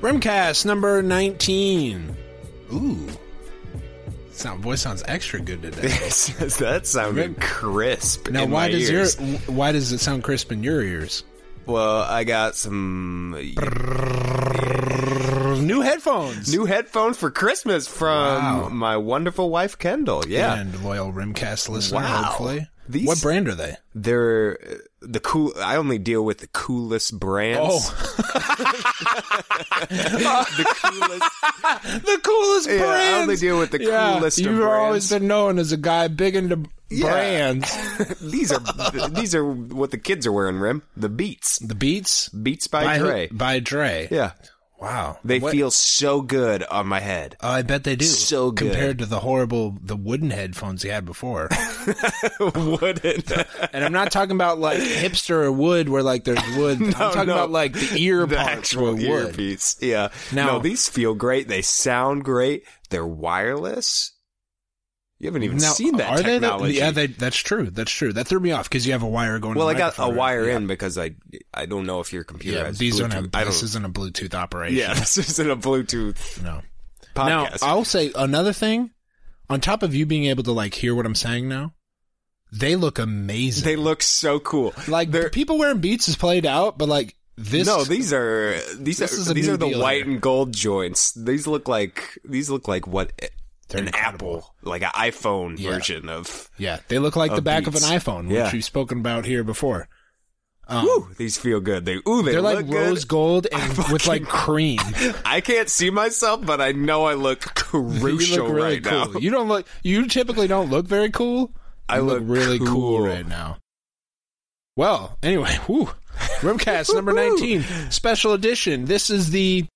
Rimcast number 19. Ooh. Sound voice sounds extra good today. that sounded crisp. Now, in why my does ears. your why does it sound crisp in your ears? Well, I got some New headphones. new headphones for Christmas from Wow. my wonderful wife Kendall. Yeah, and loyal Rimcast listener. Wow. Hopefully, These- what brand are they? they're uh, the cool. I only deal with the coolest brands. Oh, the coolest. the coolest Yeah, I brands. only deal with the coolest of You've always brands. been known as a guy big into Yeah. brands. these are these are what the kids are wearing. Rim the Beats. The Beats Beats by, who- Dre. By Dre. yeah, Wow. they What- feel so good on my head. Oh, I bet they do. so good. compared to the horrible the wooden headphones he had before. Wouldn't. And I'm not talking about like hipster or wood where like there's wood. I'm talking no. about like the ear the parts were actual wood. earpiece. Yeah. Now- no, these feel great. They sound great. They're wireless. You haven't even Now, seen that are technology. they? The, yeah, they, that's true. That's true. That threw me off because you have a wire going. to well, the I got a microphone, right? wire in because I I don't know if your computer Yeah, has these Bluetooth. aren't. A, I this don't. isn't a Bluetooth operation. Yeah, this isn't a Bluetooth No. Now podcast. I'll say another thing. On top of you being able to like hear what I'm saying now, they look amazing. they look so cool. like they're people wearing Beats is played out, but like this. no, these are these This is a are these new are the deal white here. and gold joints. These look like these look like what They're an incredible. Apple, like an iPhone Yeah. version of. Yeah, they look like Of the back Beats. of an iPhone, Yeah. which we've spoken about here before. Um, Ooh, these feel good. They ooh, they They're look like good. rose gold and with like cream. I can't see myself, but I know I look you crucial look really right cool. now. You don't look. You typically don't look very cool. I You look really cool. cool. right now. Well, anyway, woo. Rimcast number nineteen, special edition. This is the.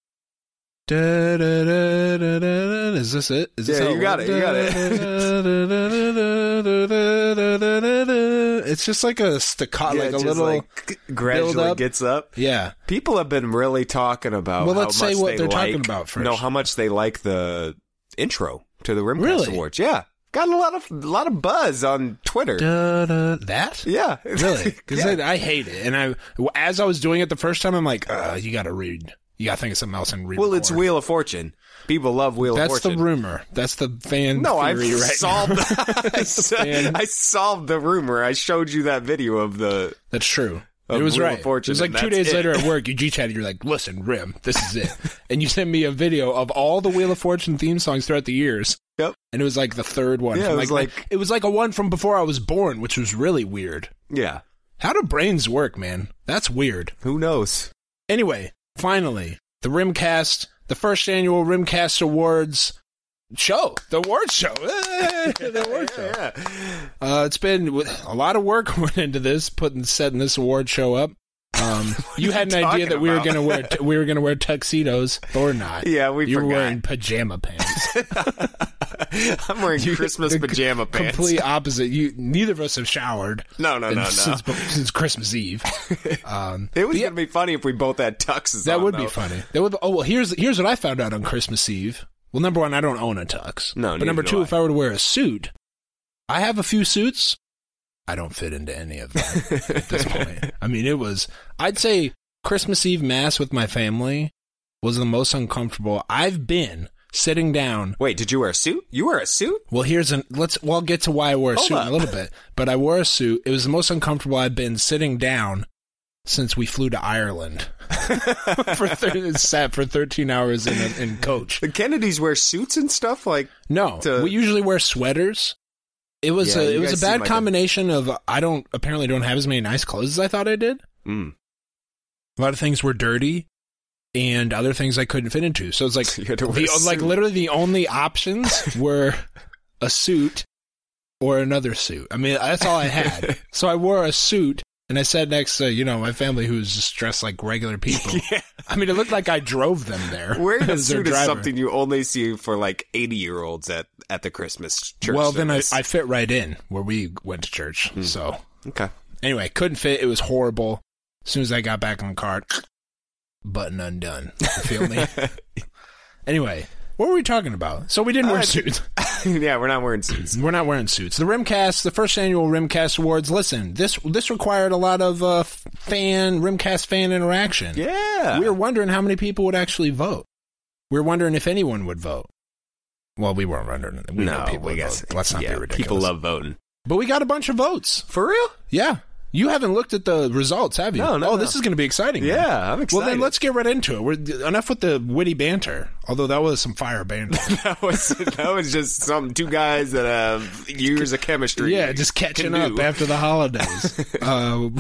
Da, da, da, da, da, da. Is this it? Is this Yeah, how you got went? it, you got it. It's just like a staccato, Yeah, like a just, little, like, gradually build up. gets up. yeah. People have been really talking about. Well, how let's say much what they they're talking like- about first. No, how much they like the intro to the Rimcast Really? Awards. Yeah, got a lot of a lot of buzz on Twitter. Da, da, that? Yeah, Really? Because yeah. I, I hate it. And I, well, as I was doing it the first time, I'm like, uh, you got to read. You got to think of something else and read. well, it's Wheel of Fortune. People love Wheel That's of Fortune. the rumor. That's the fan No, I theory right solved. now. I, s- fan. I solved the rumor. I showed you that video of the That's true. Of It was Wheel of right. Fortune, it was like and two that's days it. later at work, you G-chatted, you're like, listen, Rim, this is it. and you sent me a video of all the Wheel of Fortune theme songs throughout the years. Yep. And it was like the third one. Yeah, from it was like- it was like a one from before I was born, which was really weird. yeah. How do brains work, man? That's weird. Who knows? Anyway, finally, the Rimcast, the first annual Rimcast Awards show, the awards show, Eh, the awards show. Uh, it's been with- a lot of work went into this, putting setting this award show up. Um, you had an idea talking that we were about? going to wear t- we were going to wear tuxedos, but we're not. Yeah, we you were forgot. wearing pajama pants, I'm wearing Christmas The c- pajama pants. Complete opposite. You neither of us have showered. No, no, in- no, no. Since, since Christmas Eve. Um, It was yeah. gonna be funny if we both had tuxes. That on, would though. be funny. That would. Oh well, here's here's what I found out on Christmas Eve. Well, number one, I don't own a tux. No, but number neither do two, I. if I were to wear a suit, I have a few suits. I don't fit into any of them at this point. I mean, it was. I'd say Christmas Eve mass with my family was the most uncomfortable I've been sitting down. Wait, did you wear a suit? You wear a suit? Well, here's an let's. Well, I'll get to why I wore a Hold suit in up. a little bit. But I wore a suit. It was the most uncomfortable I've been sitting down since we flew to Ireland for thir- sat for 13 hours in a, in coach. The Kennedys wear suits and stuff. Like, No, To- we usually wear sweaters. It was Yeah, a, it you was guys a bad seem like a- combination of I don't apparently don't have as many nice clothes as I thought I did. mm. A lot of things were dirty. And other things I couldn't fit into, so it's like You had to wear the, a like suit. literally the only options were a suit or another suit. I mean, that's all I had. so I wore a suit and I sat next to, you know, my family who was just dressed like regular people. I mean, it looked like I drove them there. wearing a as their suit is driver. something you only see for like 80 year olds at at the Christmas church. Hmm. Well, then I, service. I fit right in where we went to church. So okay. anyway, couldn't fit. It was horrible. As soon as I got back on the cart, button undone. You feel me? anyway, what were we talking about? So we didn't wear Uh, suits. yeah, we're not wearing suits. We're not wearing suits. The Rimcast, the first annual Rimcast Awards. Listen, this this required a lot of uh, fan Rimcast fan interaction. Yeah. We were wondering how many people would actually vote. We were wondering if anyone would vote. Well, we weren't wondering. We know no, people we would guess. vote. Let's not yeah, be ridiculous. People love voting. But we got a bunch of votes. For real? Yeah. You haven't looked at the results, have you? No, no, Oh, no. this is going to be exciting. man. Yeah, I'm excited. Well, then let's get right into it. We're enough with the witty banter. Although that was some fire banter. that was that was just some two guys that have years of chemistry. yeah, just catching can up do. after the holidays. uh,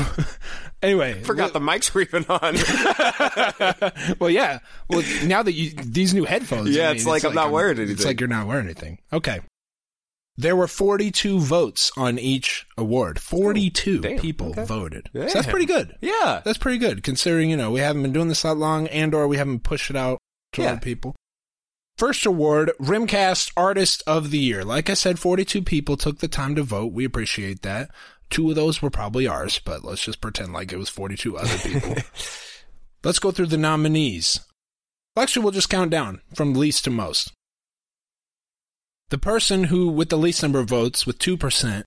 anyway, Forgot the mics were even on. well, yeah. Well, now that you these new headphones, Yeah, I mean, it's like I'm not wearing It's anything. like you're not wearing anything. Okay. There were 42 votes on each award. 42 damn, people okay. voted. So that's pretty good. yeah, That's pretty good considering, you know, we haven't been doing this that long and or we haven't pushed it out to Yeah. other people. First award, Rimcast Artist of the Year. Like I said, 42 people took the time to vote. We appreciate that. Two of those were probably ours, but let's just pretend like it was 42 other people. let's go through the nominees. Well, actually, we'll just count down from least to most. The person who, with the least number of votes, with 2%,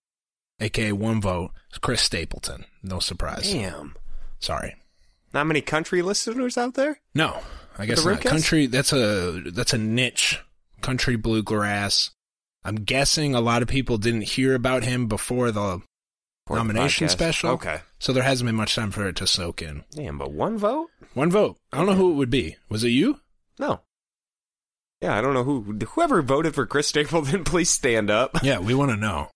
aka one vote, is Chris Stapleton. No surprise. damn. Sorry. Not many country listeners out there. No, I the guess not. Ribcast? Country that's a that's a niche. Country bluegrass. I'm guessing a lot of people didn't hear about him before the Or the nomination podcast. special. Okay, So there hasn't been much time for it to soak in. damn. But one vote? One vote. I don't know who it would be. Was it you? No. Yeah, I don't know who whoever voted for Chris Stapleton. Please stand up. Yeah, we want to know.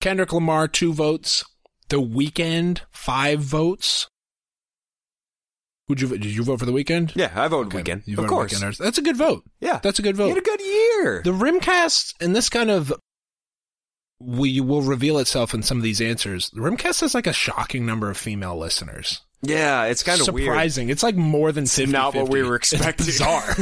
Kendrick Lamar, two votes. The Weekend, five votes. Would you vo- did you vote for the weekend? Yeah, I voted Okay, weekend. you of voted course. Weekend artist. that's a good vote. Yeah, That's a good vote. He had a good year. The Rimcast and this kind of we will reveal itself in some of these answers. The Rimcast has like a shocking number of female listeners. yeah, it's kind of weird. surprising. It's like more than 50. Not what we were expecting. It's bizarre.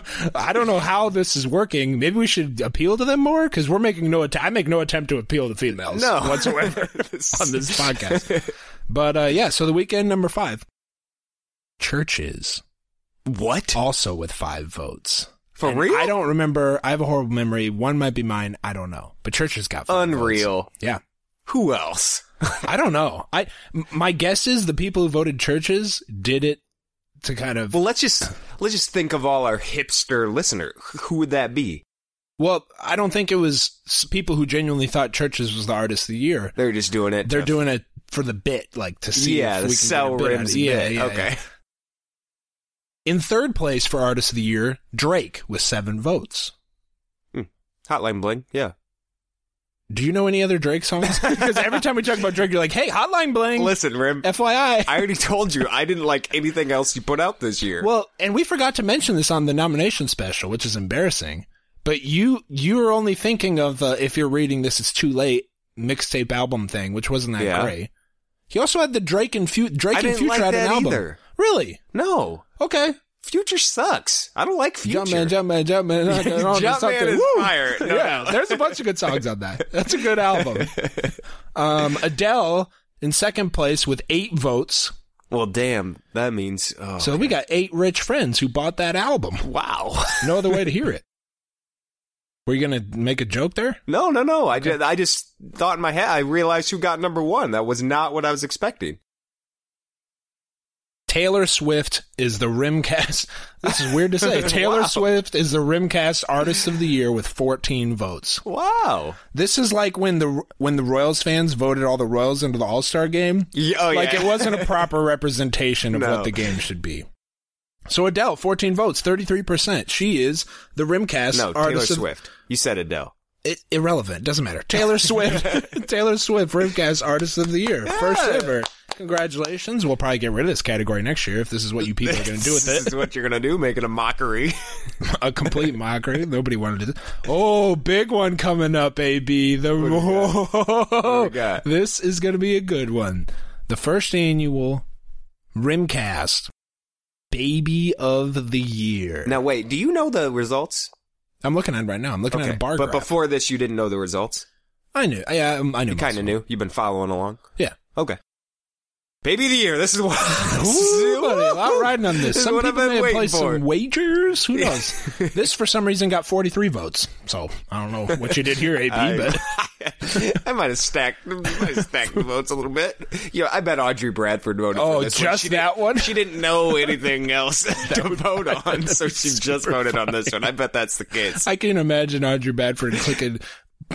so, I don't know how this is working. Maybe we should appeal to them more because we're making no. Att- I make no attempt to appeal to females. No, whatsoever on this podcast. But uh, yeah, so the weekend number five, churches What? also with five votes. For And real? I don't remember. I have a horrible memory. One might be mine. I don't know. But Church has got five votes. Unreal. Yeah, Who else? I don't know. I m- my guess is the people who voted churches did it to kind of Well, let's just let's just think of all our hipster listener. Wh- Who would that be? well. I don't think it was s- people who genuinely thought churches was the artist of the year. They're just doing it. They're to- doing it for the bit, like to see yeah, if the we can sell get a bit out rims. of- Yeah, bit. yeah, okay. yeah. In third place for artist of the year, Drake with seven votes. Hotline bling. Yeah. Do you know any other Drake songs? because every time we talk about Drake, you're like, "Hey, Hotline Bling." Listen, Rim. FYI, I already told you I didn't like anything else you put out this year. Well, and we forgot to mention this on the nomination special, which is embarrassing. But you you're only thinking of uh, if you're reading this, it's too late mixtape album thing, which wasn't that Yeah. great. He also had the Drake and Fu- Drake I and didn't Future like had an that album. either. Really? no, Okay. Future sucks. I don't like Future. Jumpman, Jumpman, Jumpman. I got on to Jumpman something. is Woo! fire. No, yeah, no. there's a bunch of good songs on that. That's a good album. Um, Adele in second place with eight votes. Well, damn. That means. Oh, So we got eight rich friends who bought that album. wow. no other way to hear it. Were you gonna make a joke there? No, no, no. I just, I just thought in my head. I realized who got number one. That was not what I was expecting. Taylor Swift is the Rimcast. This is weird to say. Taylor Wow. Swift is the Rimcast Artist of the Year with 14 votes. Wow. This is like when the when the Royals fans voted all the Royals into the All Star game. Yeah, oh, like yeah. it wasn't a proper representation of No. what the game should be. So Adele, 14 votes, 33 percent. She is the Rimcast No, Taylor Artist of Swift. You said Adele. it, irrelevant. Doesn't matter. Taylor Swift, Taylor Swift, Rivcast Artist of the Year, first Yeah. ever. Congratulations. We'll probably get rid of this category next year if this is what you people are going to do with this it. is what you're gonna do, making a mockery. A complete mockery. Nobody wanted to. do this. Oh, big one coming up, AB. The do we got? this is going to be a good one. The first annual Rimcast Baby of the Year. now wait, do you know the results? I'm looking at it right now. I'm looking at a bar but graph. before this, you didn't know the results. I knew. I, I, I knew. You kind of knew. You've been following along. Yeah. Okay. Baby of the year. This is what. this is- Ooh, buddy, a lot riding on this. This is Some what I've people been may have waiting placed for. some wagers. Who knows? this, for some reason, got 43 votes. So I don't know what you did here, AB, but I might have stacked, I might have stacked the votes a little bit. You know, I bet Audrey Bradford voted. Oh, for this one. just She didn't- that one? She didn't know anything else to vote on, so she just voted on this one. I bet that's the case. I can imagine Audrey Badford clicking,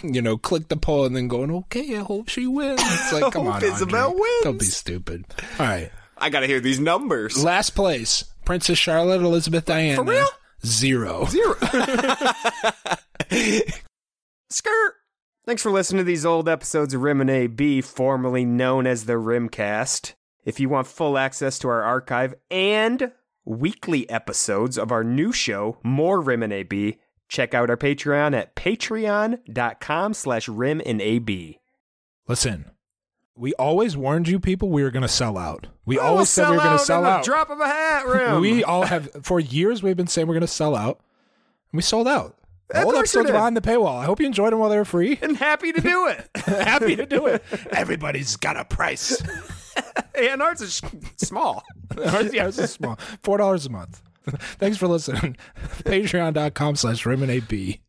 you know, click the poll and then going, okay, I hope she wins. It's like, come hope on, Isabel Audrey. Don't be wins. stupid. All right. I gotta hear these numbers. Last place, Princess Charlotte Elizabeth Diana. For real? Zero. Zero. Skirt. Thanks for listening to these old episodes of Rim and AB, formerly known as the Rimcast. If you want full access to our archive and weekly episodes of our new show, More Rim and AB, check out our Patreon at patreon.com slash rim and AB. Listen, we always warned you people we were going to sell out. We always said we were going to sell out. Drop of a hat, Rim. We all have for years we've been saying we're going to sell out, and we sold out. The Of Old course you episodes did. behind the paywall. I hope you enjoyed them while they were free. and happy to do it. Happy to do it. Everybody's got a price. and ours is small. Ours ours is small. Four dollars a month. Thanks for listening. Patreon.com slash Raymond AB.